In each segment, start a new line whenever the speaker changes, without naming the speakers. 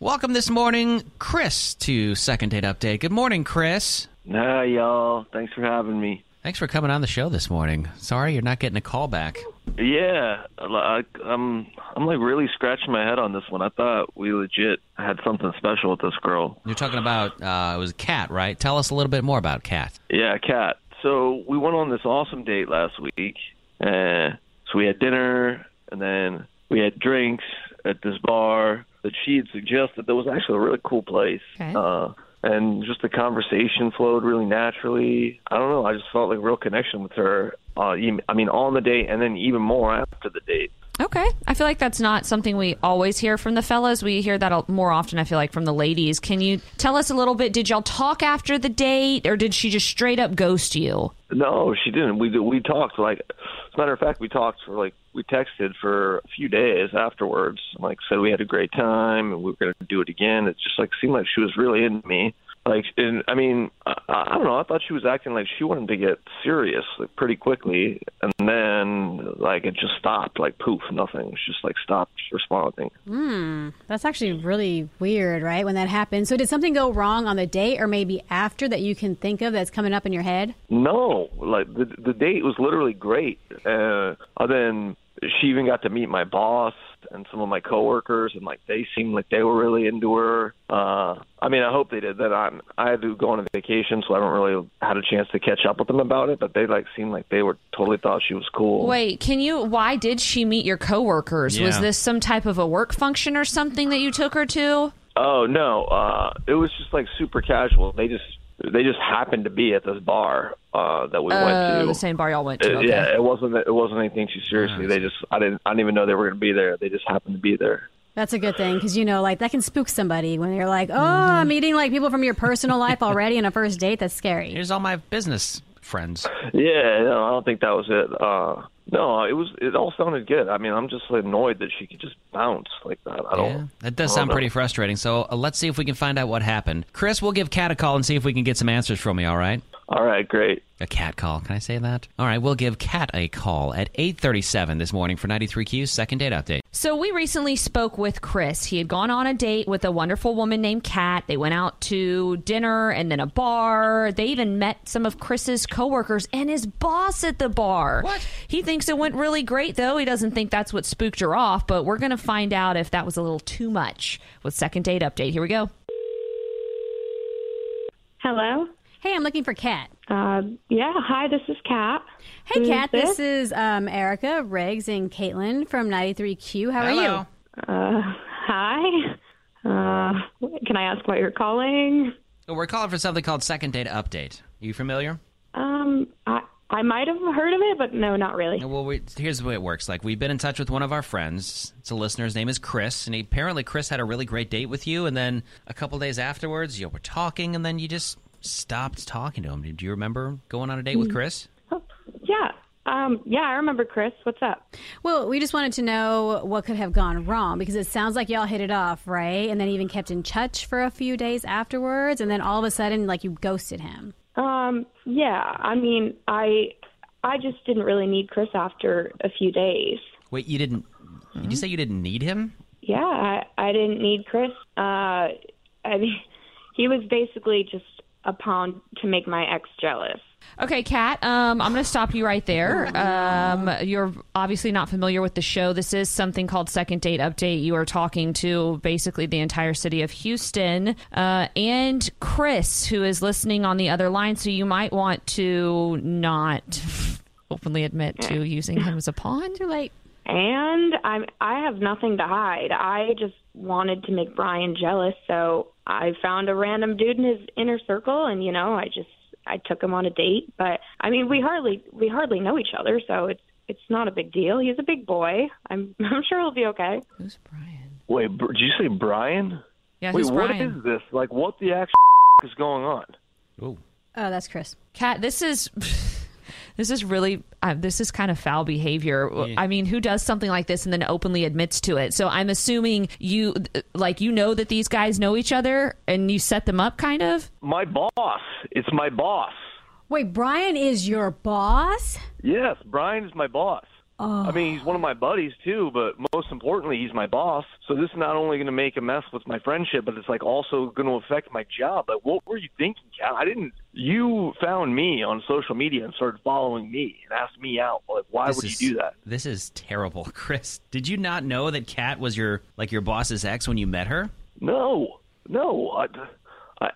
Welcome this morning, Chris, to Second Date Update. Good morning, Chris.
Hi, y'all. Thanks for having me.
Thanks for coming on the show this morning. Sorry you're not getting a call back.
Yeah, I, I'm I'm like really scratching my head on this one. I thought we legit had something special with this girl.
You're talking about uh, it was Cat, right? Tell us a little bit more about Cat.
Yeah, Kat. So we went on this awesome date last week. Uh, so we had dinner, and then we had drinks at this bar that she had suggested. That was actually a really cool place.
Okay.
Uh, and just the conversation flowed really naturally. I don't know. I just felt like a real connection with her. Uh, even- I mean, on the date, and then even more after the date.
Okay. I feel like that's not something we always hear from the fellas. We hear that a- more often, I feel like, from the ladies. Can you tell us a little bit? Did y'all talk after the date or did she just straight up ghost you?
No, she didn't. We we talked like, as a matter of fact, we talked for like we texted for a few days afterwards. Like said, we had a great time and we were gonna do it again. It just like seemed like she was really into me. Like, and I mean, I, I don't know. I thought she was acting like she wanted to get serious like, pretty quickly, and then like it just stopped. Like poof, nothing. She just like stopped responding.
That's actually really weird, right? When that happens. So, did something go wrong on the date or maybe after that you can think of that's coming up in your head?
No, like the the date was literally great. Uh, and then she even got to meet my boss and some of my coworkers, and like they seemed like they were really into her. Uh, I mean, I hope they did. That I'm I had to go on a vacation, so I haven't really had a chance to catch up with them about it. But they like seemed like they were totally thought she was cool.
Wait, can you? Why did she meet your coworkers?
Yeah.
Was this some type of a work function or something that you took her to?
Oh no, uh, it was just like super casual. They just they just happened to be at this bar uh, that we went
Oh,
to.
the same bar y'all went to.
Uh,
Okay.
Yeah, it wasn't it wasn't anything too seriously. They just I didn't I didn't even know they were going to be there. They just happened to be there.
That's a good thing because, you know, like that can spook somebody when they're like, oh, I'm meeting like people from your personal life already on a first date. That's scary.
Here's all my business friends.
Yeah, no, I don't think that was it. Uh, no, it was it all sounded good. I mean, I'm just annoyed that she could just bounce like that. I don't.
Yeah, that does
I don't
sound
know.
pretty frustrating. So uh, let's see if we can find out what happened. Chris, we'll give Cat a call and see if we can get some answers from you. All right.
All right, great.
A cat call. Can I say that? All right, we'll give Cat a call at 8:37 this morning for 93Q's second date update.
So we recently spoke with Chris. He had gone on a date with a wonderful woman named Kat. They went out to dinner and then a bar. They even met some of Chris's coworkers and his boss at the bar.
What?
He thinks it went really great though. He doesn't think that's what spooked her off, but we're going to find out if that was a little too much with second date update. Here we go.
Hello.
Hey, I'm looking for Kat.
Uh, yeah. Hi, this is Kat.
Hey,
Who's
Kat, this is um, Erica, Riggs, and Caitlin from 93Q. How are you?
Uh, hi. Uh, can I ask why you're calling?
We're calling for something called second date update. you familiar?
Um, I I might have heard of it, but no, not really.
Well, we, here's the way it works. Like we've been in touch with one of our friends. It's a listener. His name is Chris, and he, apparently Chris had a really great date with you. And then a couple days afterwards, you were talking, and then you just stopped talking to him. Do you remember going on a date with
Hmm.
Chris?
Oh, Yeah. Um, yeah, I remember Chris. What's up?
Well, we just wanted to know what could have gone wrong because it sounds like y'all hit it off, right? And then even kept in touch for a few days afterwards. And then all of a sudden, like you ghosted him.
Um, yeah. I mean, I I just didn't really need Chris after a few days.
Wait, you didn't? Did
Hmm?
you say you didn't need him?
Yeah, I I didn't need Chris. Uh, I mean, he was basically just a pawn to make my ex jealous.
Okay, Kat, um, I'm going to stop you right there. Um, you're obviously not familiar with the show. This is something called Second Date Update. You are talking to basically the entire city of Houston uh, and Chris, who is listening on the other line. So you might want to not openly admit to using him as a pawn.
Too late.
And I'm I have nothing to hide. I just wanted to make Brian jealous, so I found a random dude in his inner circle and you know, I just I took him on a date, but I mean, we hardly we hardly know each other, so it's it's not a big deal. He's a big boy. I'm I'm sure he'll be okay.
Who's Brian?
Wait, br- did you say Brian?
Yeah,
Wait,
who's
what
Brian?
is this? Like, what the actual is going on?
Oh,
Oh, that's Chris.
Kat, this is this is really uh, this is kind of foul behavior. I mean, who does something like this and then openly admits to it? So I'm assuming you like you know that these guys know each other and you set them up, kind of.
My boss. It's my boss.
Wait, Brian is your boss?
Yes, Brian is my boss. I mean,
Oh.
he's one of my buddies too, but most importantly, he's my boss. So this is not only going to make a mess with my friendship, but it's like also going to affect my job. Like, what were you thinking, Cal? I didn't. You found me on social media and started following me and asked me out. Like, why
This
would
is-
you do that?
This is terrible, Chris. Did you not know that Kat was your like your boss's ex when you met her?
No, no. I, I,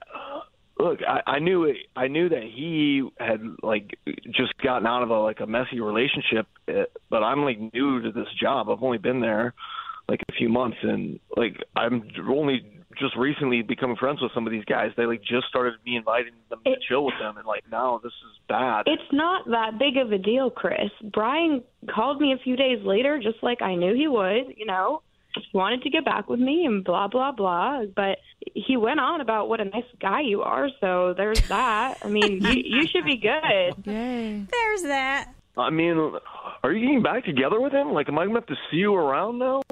look, I, I knew it. I knew that he had like just gotten out of a like a messy relationship, eh, but I'm like new to this job. I've only been there like a few months, and like I'm only just recently becoming friends with some of these guys. They like just started me inviting them to
It-
chill with them, and like now this is bad.
It's not that big of a deal, Chris. Brian called me a few days later, just like I knew he would, you know, he wanted to get back with me and blah, blah, blah. But he went on about what a nice guy you are. So there's that. I mean, you, you should be good.
Yay.
There's that.
I mean, are you getting back together with him? Like, am I gonna have to see you around now?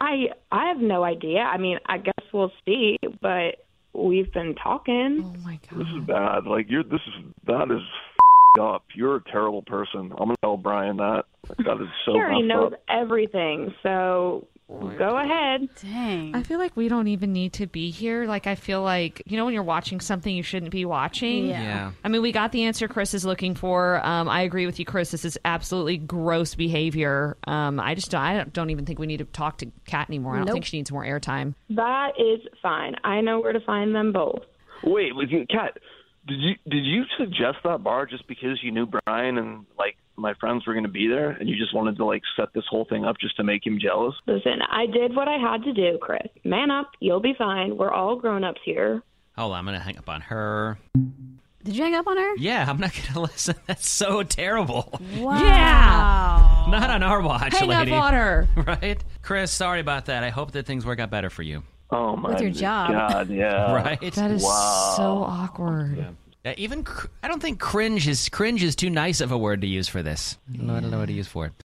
I, I have no idea. I mean, I guess we'll see, but we've been talking.
Oh my
This
Mm-hmm.
god.
is bad. Like you're this is that is f***ed up. You're a terrible person. I'm gonna tell Brian that. Like, that is so
He already
messed
knows
up.
everything. So go ahead.
Dang.
I feel like we don't even need to be here. Like I feel like you know when you're watching something you shouldn't be watching.
Yeah.
I mean, we got the answer Chris is looking for. Um, I agree with you, Chris. This is absolutely gross behavior. Um, I just don't, I don't- don't even think we need to talk to Kat anymore. I don't
Nope.
think she needs more airtime.
That is fine. I know where to find them both.
Wait, was you, Kat, did you did you suggest that bar just because you knew Brian and like my friends were gonna be there and you just wanted to like set this whole thing up just to make him jealous?
Listen, I did what I had to do, Chris. Man up. You'll be fine. We're all grown ups here.
Hold on, Oh, I'm gonna hang up on her.
Did you hang up on her?
Yeah, I'm not gonna listen. That's so terrible.
Wow.
Yeah.
Not on our watch,
Hang
lady.
up on her.
Right, Chris. Sorry about that. I hope that things work out better for you.
Oh my
With your job.
god, yeah.
Right.
That is
Wow.
so awkward.
Uh, even cr- I don't think cringe is cringe is too nice of a word to use for this. I don't know- I don't know what to use for it.